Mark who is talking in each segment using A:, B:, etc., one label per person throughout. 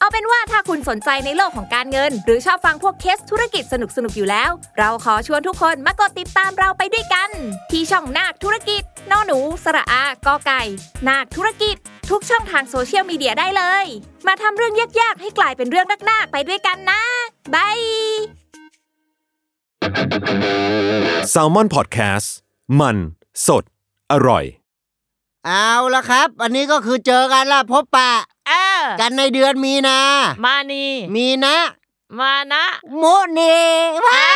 A: เอาเป็นว่าถ้าคุณสนใจในโลกของการเงิน หรือชอบฟังพวกเคสธุรกิจสนุกๆอยู่แล้ว เราขอชวนทุกคนมากดติดตามเราไปด้วยกัน ที่ช่องนาคธุรกิจนอหนู สระอากอไก่ นาคธุรกิจ ทุกช่องทางโซเชียลมีเดียได้เลย มาทำเรื่องยากๆ ให้กลายเป็นเรื่องนักๆไปด้วยกันนะบาย
B: s a l m o n PODCAST มันสด อร่อย
C: เอาละครับ อันนี้ก็คือเจอกันละพบปะ
D: เออ
C: กันในเดือนมีนา
D: มานี
C: มีนะ
D: มานะ
C: โมเนว้า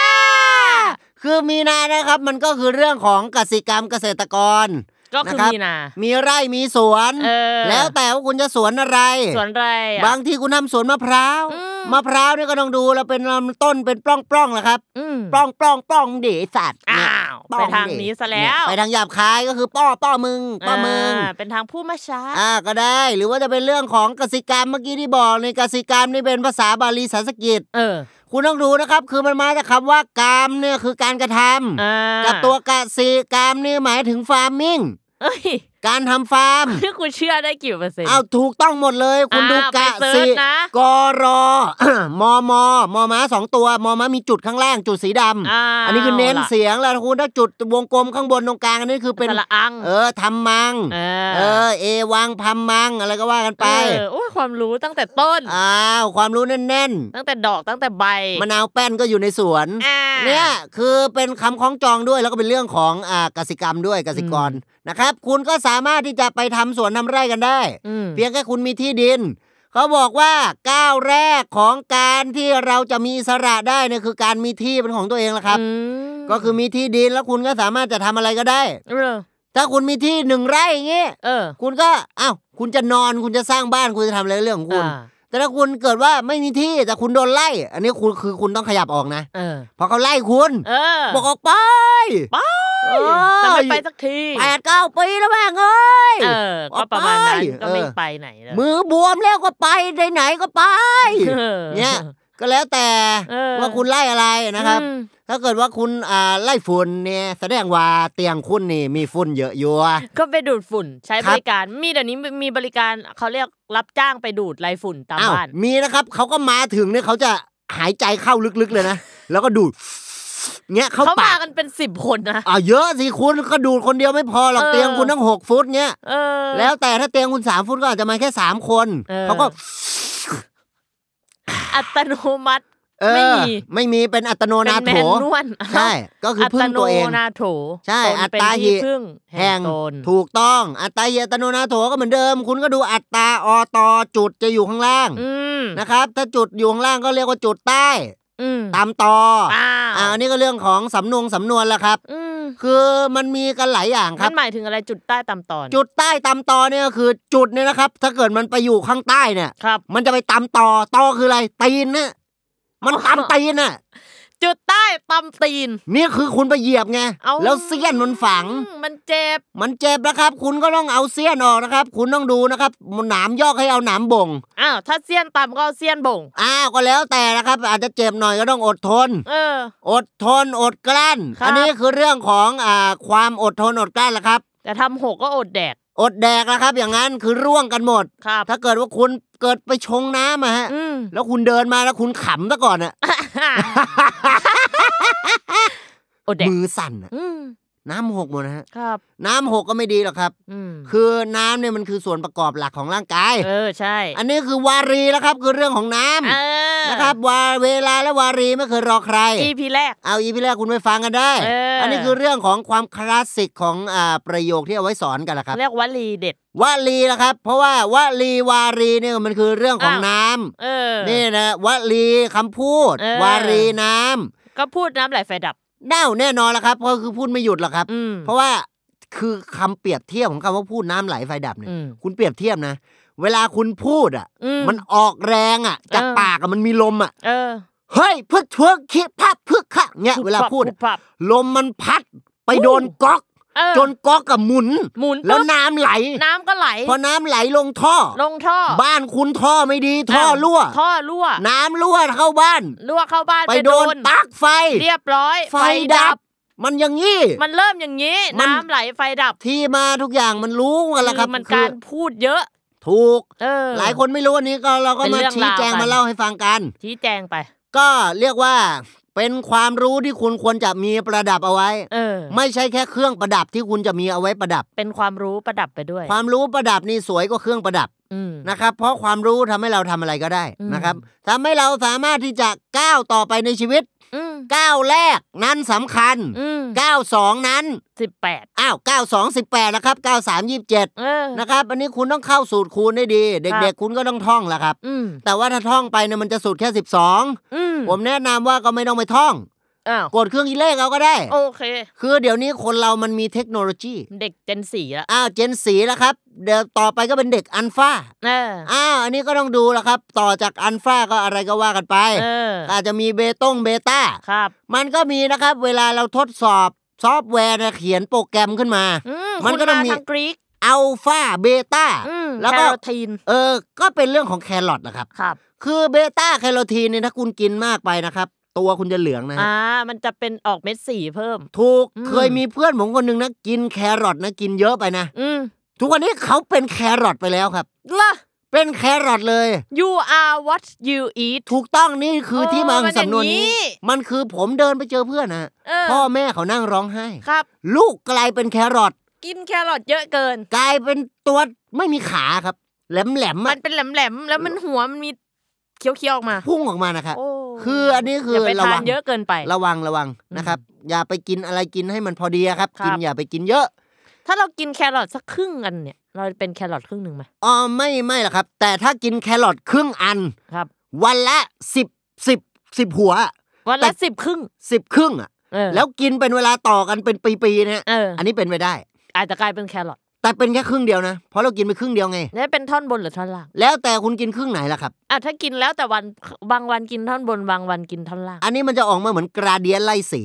C: คือมีนานะครับ มันก็คือเรื่องของกสิกรรมเกษตรกร
D: ก็คือ
C: นะครับ
D: มีนา
C: มีไร่มีสวน
D: เออ
C: แล้วแต่ว่าคุณจะสวนอะไร
D: สวนไรอ่ะ
C: บางทีคุณทำสวนมะพร้าว
D: อืม
C: มะพร้าวเนี่ยก็ต้องดูแล้วเป็นลำต้นเป็นปล้องปล้องๆแหละครับ
D: อืม
C: ปล้องปล้องปล้องเดสัตว์
D: อ้า
C: เนี่ยว ปล้
D: ไป
C: อง
D: ทาง
C: ดิ
D: นี้ซะ
C: เนี่
D: แล้
C: ยว ไปทางหยาบคายก็คือป้อป้อมึงป้อมึง
D: าเป็นทางผู้มาช้า
C: อ่าก็ได้หรือว่าจะเป็นเรื่องของกสิกรรมเมื่อกี้ที่บอกในกสิกรรมนี่เป็นภาษาบาลีสันสกฤต
D: เออ
C: คุณต้องรู้นะครับ คือมันมาจากคำว่ากรรมเนี่ยคือการกระท
D: อ่า
C: ำกับตัวกสิกรรมนี่หมายถึงฟาร์มมิ่ง
D: เอ้ย
C: การทำฟาร์ม
D: นี่คุณเชื่อได้กี่เปอร์เซ็นต์
C: เอาถูกต้องหมดเลย คุณดู
D: อ่าก ไปเสิร์
C: สิ
D: ชนะ
C: กร มมมม้าสองตัวมม้ามีจุดข้างล่างจุดสีดำ
D: ว
C: อันนี้คือเน้น
D: ล่ะ
C: เสียงแล้วคุณถ้าจุดวงกลมข้างบนตรงกลางอันนี้คือเป็น
D: สระอัง
C: เออทำมัง
D: เอ
C: เออเอวังพัมมังอะไรก็ว่ากันไป
D: เออโอ้ยความรู้ตั้งแต่ต้น
C: อ้าวความรู้แน่น
D: ตั้งแต่ดอกตั้งแต่ใบ
C: ๆมะนาวแป้นก็อยู่ในสวน
D: อ่า
C: เนี่ยคือเป็นคำคล้องจองด้วยแล้วก็เป็นเรื่องของอ่ากสิกรรมด้วยกสิกร
D: อืม
C: นะครับ คุณก็สามารถที่จะไปทำสวนทำไร่กันได้
D: อืม
C: เพียงแค่คุณมีที่ดิน เขาบอกว่าก้าวแรกของการที่เราจะมีอิสระได้เนี่ยคือการมีที่เป็นของตัวเองละครับ
D: อืม
C: ก็คือมีที่ดินแล้วคุณก็สามารถจะทำอะไรก็ได้
D: เออ
C: ถ้าคุณมีที่หนึ่งไร่อย่างเงี้ย
D: เออ
C: คุณก็อ้าวคุณจะนอนคุณจะสร้างบ้านคุณจะทำอะไรเรื่องของคุณ
D: อ่า
C: แต่ถ้าคุณเกิดว่าไม่มีที่แต่คุณโดนไล่ อันนี้คุณคือคุณต้องขยับออกนะ
D: เออ
C: เพราะเขาไล่คุณ
D: เออ
C: บอกออกไป
D: ไป
C: เออ
D: แต่ไม่ไปสักที
C: แปดเก้าปีแล้วแม่งเอ้ย
D: เออ ก็ประมาณนั้น
C: ออกไป
D: ก็ไม่
C: เออ
D: ไปไหนเลย
C: มือบวมแล้วก็ไปไหนไหนๆก็ไป
D: ออ
C: เนี่ย ก็แล้วแต่
D: เออ
C: ว่าคุณไล่อะไรนะครับ
D: อืม
C: ถ้าเกิดว่าคุณอ่าไล่ฝุ่นเนี่ยแสดงว่าเตียงคุณนี่มีฝุ่นเยอะอยู่อะ
D: ก็ไปดูดฝุ่นใช้
C: ครับ บ
D: ริการ มีเดี๋ยวนี้มีบริการเขาเรียกรับจ้างไปดูดไรฝุ่นตาม
C: อ้าว
D: บ้าน
C: มีนะครับเขาก็มาถึงเนี่ยเขาจะหายใจเข้าลึกๆเลยนะแล้วก็ดูดเงี้ยเข้าปาม
D: เขาาก กันเป็นสิบคนนะ
C: อ่าเยอะสิคุณก็ดูดคนเดียวไม่พอหรอก
D: เออ
C: เตียงคุณตั้งหกฟุตเนี้ย
D: เออ
C: แล้วแต่ถ้าเตียงคุณสามฟุตก็อาจจะมาแค่สามคน
D: เออ
C: เขาก็
D: อัตโนมัติ
C: เอ
D: ไม่
C: อ
D: มี
C: ไม่มีเป็นอัตโน
D: เป็
C: นาน
D: แม
C: โถ
D: นนวล
C: ใช่ก็คือพึ่งตัวเอง
D: อัโนนาโถ
C: ใช่
D: ตนเป็น
C: อัตตาหิ
D: ที่พึ่งแห่งตน
C: ถูกต้องอัตตาเยอัตโนนาโถก็เหมือนเดิม คุณก็ดูอัตตาอตจุดจะอยู่ข้างล่าง
D: อืม
C: นะครับ ถ้าจุดอยู่ข้างล่างก็เรียกว่าจุดใต้
D: อืม
C: ตามตอ
D: อ้า
C: อ่าว อันนี้ก็เรื่องของสำนงสำนวนละครับ
D: อืม
C: คือมันมีกันหลายอย่างค
D: มั
C: รับ
D: นหมายถึงอะไรจุดใต้ตามตอน
C: จุดใต้ตามตอเนี่ยก็คือจุดเนี่ยนะครับ ถ้าเกิดมันไปอยู่ข้างใต้เนี่ย
D: ครับ
C: มันจะไปตำต่อต่อคืออะไร ตีนนะมันตำตีนน่ะ
D: จุดใต้ตามตีน
C: นี่คือคุณไปเหยียบไง
D: เอา
C: แล้วเสี้ยนมันฝัง
D: อืมมันเจ็บ
C: มันเจ็บนะครับ คุณก็ต้องเอาเสี้ยนออกนะครับ คุณต้องดูนะครับหนามยอกให้เอาหนามบ่ง
D: อ้าวถ้าเสี้ยนตำก็เอาเสี้ยนบ่ง
C: อ้าวก็แล้วแต่นะครับ อาจจะเจ็บหน่อยก็ต้องอดทน
D: เออ
C: อดทนอดกลั้น
D: ครับ
C: อันนี้คือเรื่องของอ่าความอดทนอดกลั้นละครับ
D: แต่ทำหกก็อดแดก
C: อดแดกนะครับ อย่างนั้นคือร่วงกันหมด
D: ครับ
C: ถ้าเกิดว่าคุณเกิดไปชงน้ำมาฮะ
D: อื ม
C: แล้วคุณเดินมาแล้วคุณขำซะก่อนอะ
D: อดแดก
C: มือสั่นอะ
D: อืม
C: น้ำหกหมดนะฮะ
D: ครับ
C: น้ำหกก็ไม่ดีหรอกครับ
D: อืม
C: คือน้ำเนี่ยมันคือส่วนประกอบหลักของร่างกาย
D: เออใช่
C: อันนี้คือวารีแล้วครับ คือเรื่องของน้ำ
D: เออ
C: นะครับวาเวลาและวารีไม่เคยรอใคร
D: อีพีแรก
C: เอาอีพี่แรกคุณไปฟังกันได้
D: เอออั
C: อันนี้คือเรื่องของความคลาสสิกของอ่าประโยคที่เอาไว้สอนกันละครับ
D: เรียกวลีเด็ด
C: วลีละครับ เพราะว่าวลีวารีเนี่ยมันคือเรื่องของ
D: อ้าว
C: น้ำ
D: เออ
C: นี่นะวลีคำพูด
D: เออ
C: วารีน้ำ
D: ก็พูดน้ำไหลไฟดับ
C: เน่าแน่นอนละครับเพราะคือพูดไม่หยุดละครับ
D: อืม
C: เพราะว่าคือคำเปรียบเทียบของคำว่าพูดน้ำไหลไฟดับเนี่ย
D: อืม
C: คุณเปรียบเทียบนะ เวลาคุณพูดอ่ะ
D: อืม
C: มันออกแรงอ่ะ จาก
D: เออ
C: ปากอ่ะมันมีลมอ่ะ
D: เออ
C: เฮ้ยพึกทวงคิดพับพึกขะเงี้ยเวลาพูด
D: ปุ๊
C: อะ
D: บปับ
C: ลมมันพัดไปโดนก๊อก
D: เออ
C: จนก๊อกกับหมุน
D: หมุน
C: แล้ว
D: ปุ๊บ
C: น้ำไหล
D: น้ำก็ไหล
C: พอน้ำไหลลงท่อ
D: ลงท่อ
C: บ้านคุณท่อไม่ดีท่อรั่ว
D: ท่อรั่ว
C: น้ำรั่วเข้าบ้าน
D: รั่วเข้าบ้าน
C: ไปโดนปลั๊กไฟ
D: เรียบร้อย
C: ไฟดับ มันอย่างงี้
D: มันเริ่มอย่างนี้
C: มัน
D: น้ำไหลไฟดับ
C: ที่มาทุกอย่างมันรู้กันแล้วครับ
D: มัน
C: คื
D: กา
C: อ
D: รพูดเยอะ
C: ถูก
D: เออ
C: หลายคนไม่รู้อันนี้ก็เราก็
D: เป็น
C: มา
D: เรื่อง
C: ชี้แจง
D: ราวกัน
C: มาเล่าให้ฟังกัน
D: ชี้แจงไป
C: ก็เรียกว่าเป็นความรู้ที่คุณควรจะมีประดับเอาไว้
D: เออ
C: ไม่ใช่แค่เครื่องประดับที่คุณจะมีเอาไว้ประดับ
D: เป็นความรู้ประดับไปด้วย
C: ความรู้ประดับนี่สวยกว่าเครื่องประดับ
D: อืม
C: นะครับ เพราะความรู้ทำให้เราทำอะไรก็ได้
D: อืม
C: นะครับทำให้เราสามารถที่จะก้าวต่อไปในชีวิต
D: อืม
C: ก้าวแรกนั้นสำคัญ
D: อืม
C: ก้าวสองนั้น
D: สิบแปด
C: อ้าวก้าวสองสิบแปดแล้วครับก้าวสามยี่สิบเจ็ด
D: เออ
C: นะครับอันนี้คุณต้องเข้าสูตรคูณได้ดี เ
D: ครั
C: ด็ก
D: บ
C: ๆ คุณก็ต้องท่องแหละครับ
D: อืม
C: แต่ว่าถ้าท่องไปเนี่ยมันจะสูตรแค่
D: อืม
C: 12 ผมแนะนำว่าก็ไม่ต้องไปท่อง
D: อ้าว
C: กดเครื่องคิดเลขเอาก็ได้
D: โอเค
C: คือเดี๋ยวนี้คนเรามันมีเทคโนโลยี
D: เด็กเจนสี่ละ
C: อ้าวเจนสีแล้วครับ เดี๋ยวต่อไปก็เป็นเด็กอันฟา
D: เออ
C: อ้าวอันนี้ก็ต้องดูแล้วครับ ต่อจากอันฟาก็อะไรก็ว่ากันไป
D: เออ
C: อาจจะมีเบตงเบต้า
D: ครับ
C: มันก็มีนะครับ เวลาเราทดสอบซอฟต์แวร์เนี่ยเขียนโปรแกรมขึ้นมา
D: อื
C: มั
D: มัน น
C: ก็
D: ก็
C: ต้
D: ต้
C: อ
D: อง ง
C: มี
D: ทางกรีก
C: อัลฟาเบต้า
D: อืม
C: แล้ว
D: แค
C: ก็
D: โรทีน
C: เออ ก็เป็นเรื่องของแครอทนะครับ
D: ครับ
C: คือเบต้าแคโรทีนเนี่ยถ้าคุณกินมากไปนะครับ ตัวคุณจะเหลืองนะฮะ
D: อ่ามันจะเป็นออกเม็ดสีเพิ่ม
C: ถูก
D: อืม
C: เคยมีเพื่อนผมคนหนึ่งนะ กินแครอทนะกินเยอะไปนะ
D: อืม
C: ทุกวันนี้เขาเป็นแครอทไปแล้วครับ
D: ล่ะ
C: เป็นแครอทเลย
D: you are what you eat
C: ถูกต้องนี่คือที่มาข
D: โอ้
C: องสำนวนนี้
D: มันอย่างนี้
C: มันคือผมเดินไปเจอเพื่อนนะ
D: เออ
C: พ่อแม่เขานั่งร้องไห้
D: ครับ
C: ลูกกลายเป็นแครอท
D: กินแครอทเยอะเกิน
C: กลายเป็นตัวไม่มีขาครับ แหลมแหลมๆ
D: มั
C: อะ
D: นเป็นแหลมๆ แล้วมันหัวมันมีเคี้ยวๆออกมา
C: พุ่งออกมานะครับ
D: โอ้
C: คืออันนี้คืออย่
D: าไป
C: ระ
D: ทา
C: วัน ง
D: เยอะเกินไป
C: ระวังระวัง
D: อืม
C: นะครับ อย่าไปกินอะไรกินให้มันพอดีอะครับ
D: ครับ
C: กินอย่าไปกินเยอะ
D: ถ้าเรากินแครอทสักครึ่งอันเนี่ย เราเป็นแครอทครึ่งหนึ่งไหม
C: อ๋อไม่ไม่หรอกครับ แต่ถ้ากินแครอทครึ่งอัน
D: ครับ
C: วันละสิบสิบสิบหัว
D: วันละสิบครึ่ง
C: สิบครึ่งอ่ะ
D: เออ
C: แล้วกินเป็นเวลาต่อกันเป็นปีๆนะฮะ
D: เออ
C: อันนี้เป็นไปได้
D: อาจจะกลายเป็นแครอท
C: แต่เป็นแค่ครึ่งเดียวนะ เพราะเรากินไปครึ่งเดียวไง
D: แล้วเป็นท่อนบนหรือท่อนล่าง
C: แล้วแต่คุณกินครึ่งไหนล่ะครับ
D: อ่ะถ้ากินแล้วแต่วันบางวันกินท่อนบนบางวันกินท่อนล่าง
C: อันนี้มันจะออกมาเหมือนกราเดียนไล่สี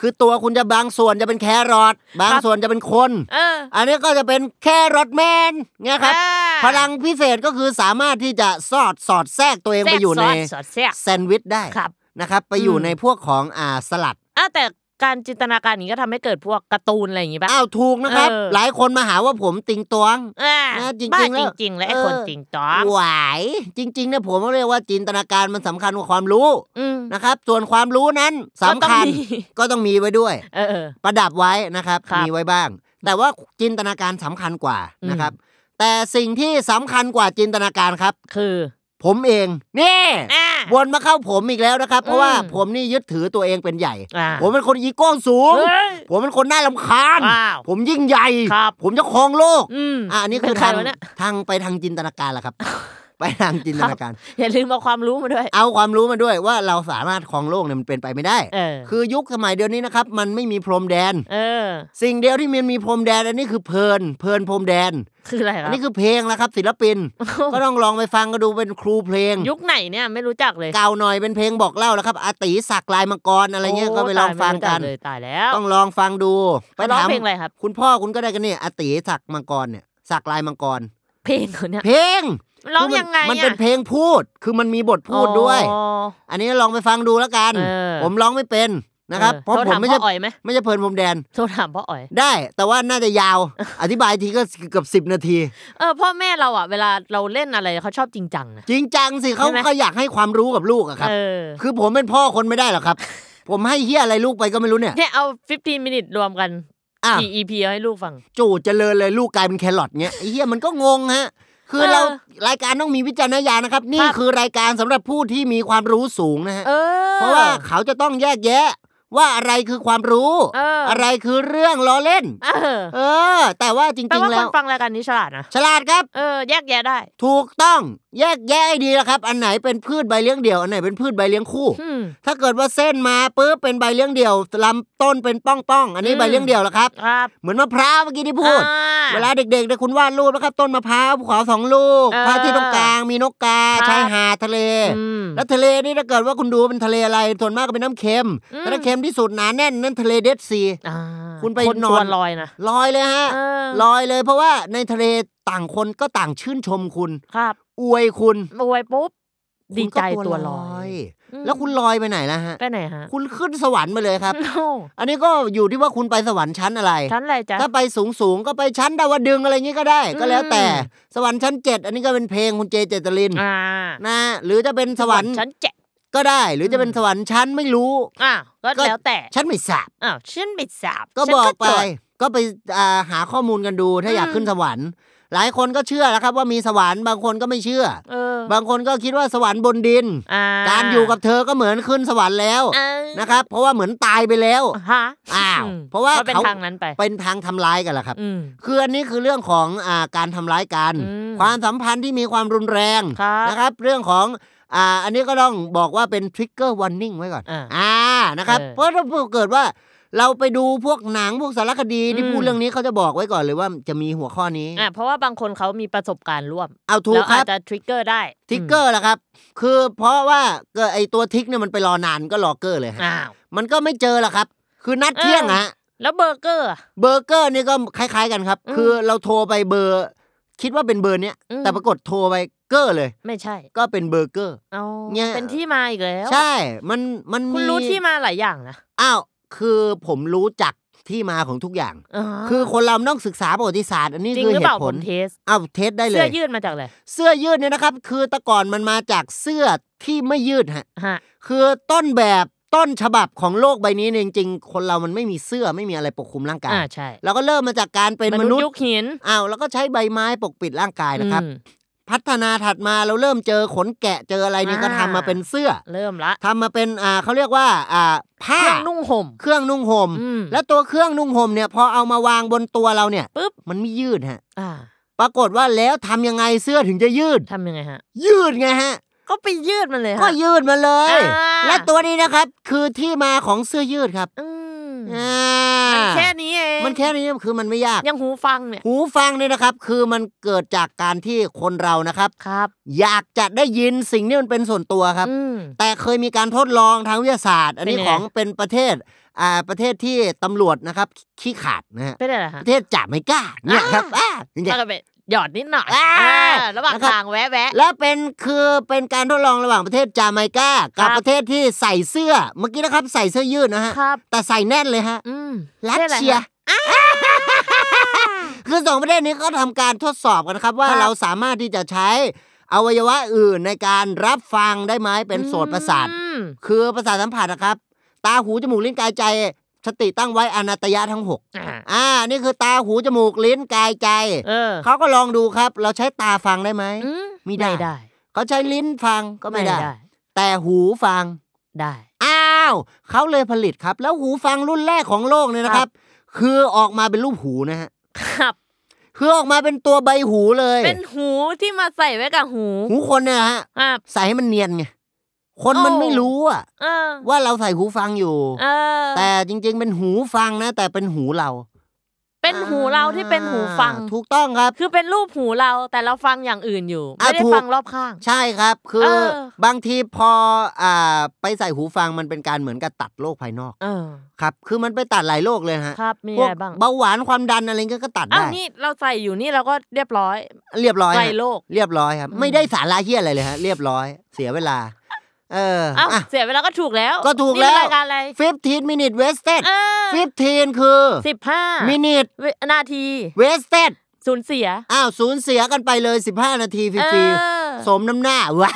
C: คือตัวคุณจะบางส่วนจะเป็นแครอทบาง
D: ครับ
C: ส่วนจะเป็นคน
D: เออ
C: อันนี้ก็จะเป็นแครอทแมนเงี้ยครับ
D: อ่า
C: พลังพิเศษก็คือสามารถที่จะสอดสอดแทรกตัวเองไปอยู่ใน
D: แทรกสอดแทรก
C: แซนด์วิชได้
D: ครับ
C: นะครับไปอยู่
D: อืม
C: ในพวกของอ่าสลัด
D: อ่ะแต่การจินตนาการอย่างนี้ก็ทำให้เกิดพวกการ์ตูนอะไรอย่างนี้ป่ะ
C: อ้าวถูกนะครับ
D: เออ
C: หลายคนมาหาว่าผมติงตวง
D: อ่า
C: นะจริงๆ
D: บ้า
C: แล้ว
D: จริง ๆ แล้วไอ้
C: เออ
D: คนจริงจ้อง
C: หวายจริงๆเนี่ยผมเรียกว่าจินตนาการมันสำคัญกว่าความรู้
D: อืม
C: นะครับ ส่วนความรู้นั้นสำ
D: ก็ต้อง
C: คัญ
D: มี
C: ก็ต้องมีไว้ด้วย
D: เออเออ
C: ประดับไว้นะครับ
D: ครับ
C: มีไว้บ้าง แต่ว่าจินตนาการสำคัญกว่า
D: อืม
C: นะครับ แต่สิ่งที่สำคัญกว่าจินตนาการครับ
D: คือ
C: ผมเองนี่
D: อ่า
C: วนมาเข้าผมอีกแล้วนะครับ เพราะว่า
D: อืม
C: ผมนี่ยึดถือตัวเองเป็นใหญ่
D: อ่า
C: ผมเป็นคนอีโก้สูง
D: เฮ้ย
C: ผมเป็นคนน่าลำคาญ
D: ว้าว
C: ผมยิ่งใหญ่
D: ครับ
C: ผมจะครองโลก
D: อืม
C: อ่ะอันนี้คือ
D: เป็ใคร
C: ทาง
D: วะเนี่ย
C: ทางไปทางจินตนาการแห ละครับ ไปทางจินตนาการ
D: อย่าลืมเอาความรู้มาด้วย
C: เอาความรู้มาด้วยว่าเราสามารถครองโลกเนี่ยมันเป็นไปไม่ได้
D: เออ
C: คือยุคสมัยเดียวนี้นะครับ มันไม่มีพรมแดน
D: เออ
C: สิ่งเดียวที่มันมีพรมแดน อันนี้คือเพลิน เพลินพรมแดน
D: คืออะไร
C: อั
D: คน รับ
C: นี้คือเพลงนะครับ ศิลปิน ก็ต้องลองไปฟังก็ดูเป็นครูเพลง
D: ยุคไหนเนี่ยไม่รู้จักเลย
C: เก่าหน่อยเป็นเพลงบอกเล่าแล้วครับ อาติศักดิ์ลายมังกรอะไรเงี้ย
D: โ
C: ก็ไปลองฟังกัน
D: ตายไม่รู้จัเลยตายแล้ว
C: ต้องลองฟังดูไป
D: ร้อง
C: ถาม
D: เพลงอะไรครับ
C: คุณพ่อคุณก็ได้กันเนี่ยอาติศักดิ์มังกรเนี่ยศักดิ์ลายมังกร
D: เพลงเขาเนี่ย
C: เพลง
D: ร้องยังไง
C: คือมันมันเป็น
D: อะ
C: เพลงพูด คือมันมีบทพูดด้วย
D: อ๋อ
C: อันนี้ลองไปฟังดูแล้วกัน
D: เออ
C: ผมร้องไม่เป็นนะครับ
D: ออ
C: เพราะ
D: โท
C: ผ
D: ถ
C: มไม่ใช่
D: พ่ออ๋อยไหม
C: ไม่ใช่เพลินผมแดน
D: โทรถามพ่ออ๋อย
C: ได้ แต่ว่าน่าจะยาว อธิบายทีก็เกือบสิบนาที
D: เออพ่อแม่เราอ่ะเวลาเราเล่นอะไรเขาชอบจริงจังนะ
C: จริงจังสิเขา
D: ใช่ไหม
C: ก็อยากให้ความรู้กับลูกอะครับ
D: เออ
C: คือผมเป็นพ่อคนไม่ได้หรอก ครับ ผมให้เฮียอะไรลูกไปก็ไม่รู้เนี่ย
D: เนี่ยเอา 15 มินิรวมกัน
C: อ่ะ
D: กี่ EP ให้ลูกฟัง
C: จู่เจริญเลยลูกกลายเป็นแครอทเงี้ยไอ้เฮียมันก็งงฮะคือ
D: เออ
C: เรารายการต้องมีวิจารณญาณนะครับ นี่
D: ครับ
C: คือรายการสำหรับผู้ที่มีความรู้สูงนะฮะ
D: เออ
C: เพราะว่าเขาจะต้องแยกแยะ ว่าอะไรคือความรู้
D: เอออ
C: อะไรคือเรื่องล้อเล่น
D: เออ
C: เออ แต่ว่าจ
D: แปล
C: ริงๆ
D: ว่าค
C: แล้
D: น
C: ว
D: ฟังรายการนี้ฉลาดนะ
C: ฉลาดครับ
D: เออ แยกแยะได้
C: ถูกต้องแยกแยะให้ดีนะครับ อันไหนเป็นพืชใบเลี้ยงเดี่ยว อันไหนเป็นพืชใบเลี้ยงคู่
D: อืม
C: ถ้าเกิดว่าเส้นมาปุ๊บเป็นใบเลี้ยงเดี่ยวลำต้นเป็นป้องป้องๆอันนี้
D: อืม
C: ใบเลี้ยงเดี่ยวแล้วครับ
D: ครับ
C: เหมือนมะพร้าวเมื่อกี้ที่พูด
D: อ่า
C: เวลาเด็กๆเนี่ยคุณวาดรูปนะครับ ต้นมะพร้าวภูเขาสองลูก
D: เออ
C: พระอาที่ตรงกลางมีนกกา
D: ครับ
C: ชายหาดทะเล
D: อืม
C: แล้วทะเลนี่ถ้าเกิดว่าคุณดูเป็นทะเลอะไรส่วนมากก็เป็นน้ำเค็ม
D: อืม
C: แต่ถ้าเค็ม ที่สุดหนาแน่นนั่นทะเลเดดซี
D: อ่า
C: คุณไป
D: น
C: นอน
D: ตัวลอยนะ
C: ลอยเลยฮะ
D: เออ
C: ลอยเลยเพราะว่าในทะเลต่างคนก็ต่างชื่นชมคุณ
D: ครับ
C: อวยคุณ
D: รวยปุ๊บ
C: คุณ
D: ดีใจ
C: ก็
D: ตัวลอย
C: อย แล้วคุณลอยไปไหนล่ะฮะ
D: ไปไหนฮะ
C: คุณขึ้นสวรรค์ไปเลยครับ
D: โอ้
C: อันนี้ก็อยู่ที่ว่าคุณไปสวรรค์ชั้นอะไร
D: ชั้นอะไรจ๊ะ
C: ถ้าไปสูงสูงๆก็ไปชั้นดาวดึงส์อะไรอย่างงี้ก็ได้
D: อืม
C: ก็แล้วแต่สวรรค์ชั้นเจ็ดอันนี้ก็เป็นเพลงคุณเจเจตลิน
D: อ่า
C: นะหรือจะเป็นสวรรค์
D: ชั้นเจ็ด
C: ก็ได้ หรือจะเป็น
D: อืม
C: สวรรค์ชั้นไม่รู้
D: อ่าก็
C: ก็
D: แล้วแต่
C: ชั้นไม่สาบ
D: อ้าวฉันไม่ทราบ
C: ก็
D: ฉัน
C: บอกไป
D: ตรวจ
C: ก็ไปอ่าหาข้อมูลกันดูถ้าอยาก
D: อืม
C: ขึ้นสวรรค์ หลายคนก็เชื่อแล้วครับว่ามีสวรรค์บางคนก็ไม่เชื่อ
D: เออบ
C: างคนก็คิดว่าสวรรค์บนดิน
D: อ่า
C: การอยู่กับเธอก็เหมือนขึ้นสวรรค์แล้ว
D: เอ้ย
C: นะครับ เพราะว่าเหมือนตายไปแล้ว
D: ฮะ
C: อ้าว
D: อืม
C: เพราะว่า
D: เป็น
C: เขา
D: ทางนั้นไป
C: เป็นทางทำร้ายกันแหละครับ
D: อืม
C: คืออันนี้คือเรื่องของอาการทำร้ายกัน
D: อืม
C: ความสัมพันธ์ที่มีความรุนแรง
D: ครับ
C: นะครับ เรื่องของอ่าอันนี้ก็ต้องบอกว่าเป็น trigger warning ไว้ก่อน
D: อ่า
C: อ่านะครับ
D: เออ
C: เพราะถ้าเกิดว่าเราไปดูพวกหนังพวกสารคดีที่
D: อืม
C: พูดเรื่องนี้เขาจะบอกไว้ก่อนเลยว่าจะมีหัวข้อนี้
D: อ่ะเพราะว่าบางคนเขามีประสบการณ์ร่วม
C: เอาถู
D: แล้
C: ก
D: ว
C: ค
D: อา
C: รั
D: จ
C: บ
D: จะทริกเกอร์ได้
C: ทิกเกอร์ละครับ คือเพราะว่าเกิดไอตัวทิกเนี่ยมันไปรอนานก็รอเกอร์เลยฮะ
D: อ้าว
C: มันก็ไม่เจอละครับ คือนัดเที่ยงอะฮะ
D: แล้วเบอร์เกอร์อ่ะ
C: เบอร์เกอร์นี่ก็คล้าย ๆกันครับ
D: อืม
C: คือเราโทรไปเบอร์ คิดว่าเป็นเบอร์เนี้ย
D: อืม
C: แต่ปรากฏโทรไปเกอร์เลย
D: ไม่ใช่
C: ก็เป็นเบอร์เกอร์
D: เอา
C: เนี่ย
D: เป็นที่มาอีกแล้ว
C: ใช่มันมัน
D: คุณ
C: มี
D: รู้ที่มาหลายอย่างนะ
C: อ้าวคือผมรู้จักที่มาของทุกอย่าง
D: อ๋อ
C: คือคนเรามันต้องศึกษาประวัติศาสตร์ อันนี้
D: จริง
C: คือ
D: หรือ
C: เห
D: เปล่า
C: ตุผ
D: ผ
C: ล
D: มเทส
C: อ้าวเทสได้เล
D: เสื้อย ยืดมาจากอะไร
C: เสื้อยืดเนี่ยนะครับ คือแต่ก่อนมันมาจากเสื้อที่ไม่ยืดฮะ
D: ฮะ
C: คือต้นแบบต้นฉบับของโลกใบนี้เนี่ยจริงๆคนเรามันไม่มีเสื้อไม่มีอะไรปกคลุมร่างกาย
D: อ่าใช่
C: เราก็เริ่มมาจากการเป็นมนุษย์
D: ยุคหิน
C: อ้าวแล้วก็ใช้ใบไม้ปกปิดร่างกายนะครับ
D: อืม
C: พัฒนาถัดมาเราเริ่มเจอขนแกะเจออะไรนี่
D: อ่า
C: ก็ทำมาเป็นเสื้อ
D: เริ่มละ
C: ทำมาเป็นอ่าเขาเรียกว่าอ่า
D: เค
C: ผ้า
D: รื่องนุ่งห่ม
C: เครื่องนุ่งห่ม
D: อืม
C: แล้วตัวเครื่องนุ่งห่มเนี่ยพอเอามาวางบนตัวเราเนี่ย
D: ปุ๊บ
C: มันไม่ยืดฮะ
D: อ่า
C: ปรากฏว่าแล้วทำยังไงเสื้อถึงจะยืด
D: ทำยังไงฮะ
C: ยืดไงฮะ
D: ก็ไปยืดมันเลยฮะ
C: ก็ยืดมาเลย
D: อ่า
C: และตัวนี้นะครับคือที่มาของเสื้อยืดครับ
D: อืม
C: อ่
D: มั
C: าน
D: แค่นี้เอง
C: มันแค่นี้คือมันไม่ยาก
D: ยังหูฟังเนี่ย
C: หูฟังเนี่ยนะครับ คือมันเกิดจากการที่คนเรานะครับ
D: ครับ
C: อยากจะได้ยินสิ่งที่มันเป็นส่วนตัวครับ
D: อืม
C: แต่เคยมีการทดลองทางวิทยาศาสตร์ อันนี้ข
D: เป็นไง
C: องเป็นประเทศอ่าประเทศที่ตำรวจนะครับ ขี้ขาดนะฮะ
D: เป็นอะ
C: ป
D: ไรฮะ
C: ระเทศจ่าไม่กล้าเนี่ยครับอ่าอย่างเงี้
D: แล้
C: ย
D: วก็ไปหยอดนิดหน่อย
C: อ่า
D: อ่าระหว่าง
C: นะครับ
D: ทางแวะแวะ
C: และเป็นคือเป็นการทดลองระหว่างประเทศจาไมกากับ
D: ครับ
C: ประเทศที่ใส่เสื้อเมื่อกี้นะครับใส่เสื้อยืดนะฮะ
D: ครับ
C: แต่ใส่แน่นเลยฮะ
D: อืม
C: รัส
D: ได้อะไร
C: เซีย
D: ฮะ
C: คือสองประเทศนี้ก็ทำการทดสอบกันครับ ว่า
D: ครับ
C: เราสามารถที่จะใช้อวัยวะอื่นในการรับฟังได้ไหมเป็นโสตประสาท
D: อืม
C: คือประสาทสัมผัสนะครับ ตาหูจมูกลิ้นกายใจ สติตั้งไว้อนัตตยะทั้งหก
D: อ่า
C: อ่า นี่คือตาหูจมูกลิ้นกายใจ
D: เออ
C: เขาก็ลองดูครับ เราใช้ตาฟังได้ไหม
D: อืม
C: ไม่ได้ เขาใช้ลิ้นฟังก็ไม่ได้ แต่หูฟัง
D: ได้
C: อ้าวเขาเลยผลิตครับ แล้วหูฟังรุ่นแรกของโลกเนี่ยนะครับ คือออกมาเป็นรูปหูนะฮะ
D: ครับ
C: คือออกมาเป็นตัวใบหูเลย
D: เป็นหูที่มาใส่ไว้กับหู
C: หูคนเนี่ยนะฮะ
D: อ่า
C: ใส่ให้มันเนียนไงคนมัน
D: โอ้
C: ไม่รู้อะ
D: เออ
C: ว่าเราใส่หูฟังอยู่
D: เออ
C: แต่จริงๆ เป็นหูฟังนะ แต่เป็นหูเรา
D: เป็นหูเราที่เป็นหูฟัง
C: ถูกต้องครับ
D: คือเป็นรูปหูเราแต่เราฟังอย่างอื่นอยู่
C: อ่ะ
D: ไม่ได้
C: ถูก
D: ฟังรอบข้าง
C: ใช่ครับ คือ
D: เออ
C: บางทีพออ่าไปใส่หูฟังมันเป็นการเหมือนกับตัดโรคภายนอก
D: เออ
C: ครับ คือมันไปตัดหลายโรคเลยฮะ
D: ครับมี
C: พว
D: อะ
C: ก
D: ไรบ้าง
C: เบาหวานความดันอะไรเงี้ยก็ตัด
D: อ้าว
C: ได้
D: นี่เราใส่อยู่นี่เราก็เรียบร้อย
C: เรียบร้อย
D: ไกล
C: ฮะ
D: โลก
C: เรียบร้อยครับ
D: อืม
C: ไม่ได้สาระเฮียอะไรเลยฮะ เรียบร้อย เสียเวลา เออ
D: อ้าว
C: อ่ะ
D: เสียเวลาก็ถูกแล้ว
C: ก็ถูกแล้ว
D: นี่เป็นรายการอะไร
C: 15 minute wasted
D: เออ
C: 15 คือ
D: สิบห้า
C: minute
D: วินาที
C: wasted
D: สูญเสีย
C: อ้าวสูญเสียกันไปเลย 15 นาทีฟรี
D: เอ
C: ๆ
D: อ
C: สมน้ำหน้า ว้า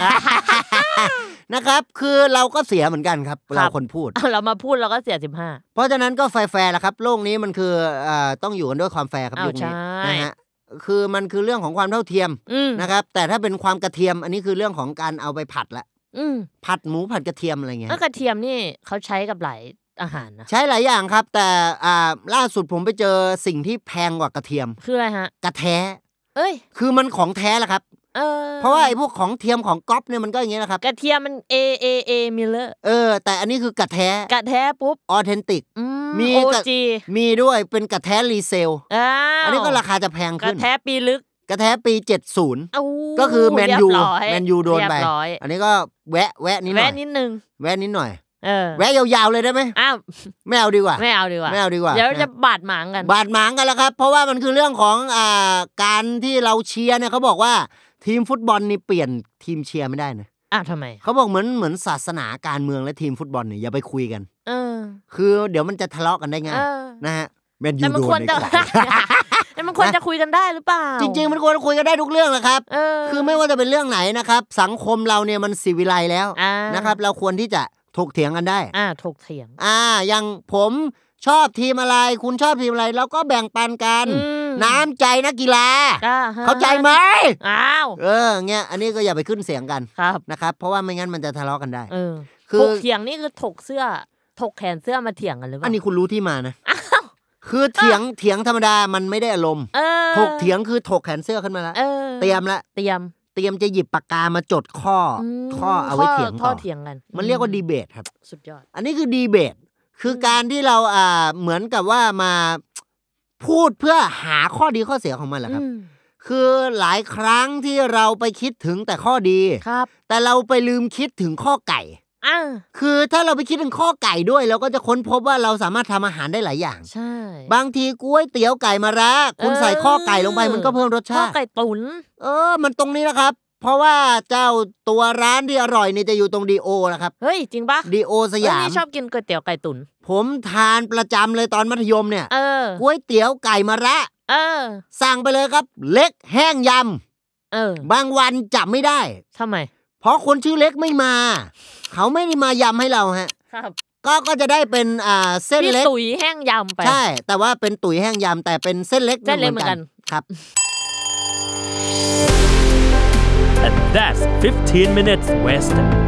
C: นะครับ คือเราก็เสียเหมือนกันครับ
D: ครั
C: เรา
D: บ
C: คนพูด
D: เอาเรามาพูดเราก็เสียสิบห้า
C: เพราะฉะนั้นก็แฟร์ๆละครับ โลกนี้มันคือเอ่อต้องอยู่กันด้วยความแฟร์ครับ
D: อ้าว
C: ยุคนี้
D: ใช่
C: นะฮะคือมันคือเรื่องของความเท่าเทียม
D: อืม
C: นะครับ แต่ถ้าเป็นความกระเทียม อันนี้คือเรื่องของการเอาไปผัดละ
D: อืม
C: ผัดหมูผัดกระเทียมอะไรเงี้ย
D: เอ้อกระเทียมนี่เขาใช้กับหลายอาหารนะ
C: ใช้หลายอย่างครับ แต่อ่าล่าสุดผมไปเจอสิ่งที่แพงกว่ากระเทียม
D: คืออะไรฮะ
C: กระแท้
D: เอ้ย
C: คือมันของแท้แหละครับ
D: เออ
C: เพราะว่าไอ้พวกของเทียมของก๊อปเนี่ยมันก็อย่างเงี้ยแหละครับ
D: กระเทียมมัน A A A มิลเลอร์
C: เออ แต่อันนี้คือกระแท้
D: กระแท้ปุ๊บ
C: ออเทนติก
D: อื
C: มี
D: โอก
C: ระ
D: จี
C: มีด้วยเป็นกระแท้รีเซล
D: อ้า
C: อัน
D: น
C: นี้ก็ราคาจะแพง
D: กระ
C: ขึ้น
D: แท้ปีลึก
C: กระแท้ปี 70
D: เอา
C: ก็คือแมนยู
D: เรีบร้อ
C: แมนยูโดนไป
D: เรียบร้อย
C: อันนี้ก็แวะแวะนิดหน่อ
D: แวะ
C: ย
D: นิดนึง
C: แวะนิดหน่อย
D: เออ
C: แวะยาวๆเลยได้ไหม
D: อ้าว
C: ไม่เอาดีกว่า
D: ไม่เอาดีกว่า
C: ไม่เอาดีกว่า
D: เดี๋ยวจะ
C: น
D: บาดหมางกันะ
C: บาดหมางกันแล้วครับ เพราะว่ามันคือเรื่องของอ่าการที่เราเชียร์เนี่ยเขาบอกว่าทีมฟุตบอลนี่เปลี่ยนทีมเชียร์ไม่ได้นะ
D: อ้าวทำไม
C: เขาบอกเหมือนเหมือนศาสนาการเมืองและทีมฟุตบอลเนี่ยอย่าไปคุยกัน
D: เออ
C: คือเดี๋ยวมันจะทะเลาะกันได้ง่า
D: เอย อ
C: นะฮะแมนยู
D: แต่มัน
C: โด
D: ควร
C: น
D: จะ
C: ไอ้ขวา
D: แต่มันควรจะคุยกันได้หรือเปล่า
C: จริงๆ มันควรคุยกันได้ทุกเรื่องแหละครับ
D: เออ
C: คือไม่ว่าจะเป็นเรื่องไหนนะครับ สังคมเราเนี่ยมันสิวิไลแล้ว
D: อ่า
C: นะครับ เราควรที่จะถกเถียงกันได้
D: อ่าถกเถียง
C: อ่าอย่างผมชอบทีมอะไร คุณชอบทีมอะไรเราก็แบ่งปันกัน
D: อืม
C: น้ำใจนักกีฬา
D: อ่ฮะ
C: เข้าใจไหม
D: อ้าว
C: เออเงี้ยอันนี้ก็อย่าไปขึ้นเสียงกัน
D: ครับ
C: นะครับ เพราะว่าไม่งั้นมันจะทะเลาะกันได้
D: เออ
C: คือ
D: ถกเถียงนี่คือถกเสื้อ ถกแขนเสื้อมาเถียงกันหรือเปล่า
C: อันนี้คุณรู้ที่มานะ
D: อ้าว
C: คือเถียงเถียงธรรมดามันไม่ได้อารมณ์
D: เออ
C: ถกเถียงคือถกแขนเสื้อขึ้นมาแล้ว
D: เออ
C: เตรียมละ
D: เตรียม
C: เตรียมจะหยิบปากกามาจดข้ออ
D: อืม
C: ข้อเอาไว้เถียง
D: ข้
C: ต่
D: อ
C: อ
D: เถียงกัน
C: มันเรียกว่าดีเบตครับ
D: สุดยอด
C: อันนี้คือดีเบต คือการที่เราอ่าเหมือนกับว่ามาพูดเพื่อหาข้อดีข้อเสียของมันแหละครับ
D: อืม
C: คือหลายครั้งที่เราไปคิดถึงแต่ข้อดี
D: ครับ
C: แต่เราไปลืมคิดถึงข้อไก่
D: อ่า
C: คือถ้าเราไปคิดถึงข้อไก่ด้วย เราก็จะค้นพบว่าเราสามารถทำอาหารได้หลายอย่าง
D: ใช่
C: บางทีก๋วยเตี๋ยวไก่มาระคุณใส่ข้อไก่ลงไปมันก็เพิ่มรส
D: ข้อ
C: ชาติ
D: ไก่ตุ๋น
C: เออ มันตรงนี้นะครับ เพราะว่าเจ้าตัวร้านที่อร่อยเนี่ยจะอยู่ตรงดีโอนะครับ
D: เฮ้ยจริงปะ
C: ดีโอสยาม
D: เอ้นี่ชอบกินก๋วยเตี๋ยวไก่ตุ๋น
C: ผมทานประจำเลยตอนมัธยมเนี่ย
D: เออ
C: ก๋วยเตี๋ยวไก่มะระ
D: เออ
C: สั่งไปเลยครับ เล็กแห้งย
D: เออ
C: ำ บางวันจับไม่ได้
D: ทำไม
C: เพราะคนชื่อเล็กไม่มา เขาไม่ได้มายำให้เราฮะ
D: ครับ
C: ก็ก็จะได้เป็นอ่าเส้น
D: พี่
C: เล็ก
D: ตุ๋ยแห้งยำไป
C: ใช่ แต่ว่าเป็นตุ๋ยแห้งยำแต่เป็นเส้นเล็ก
D: เส้นเล็กเหมือนกัน
C: ครับ
E: And that's 15 minutes west.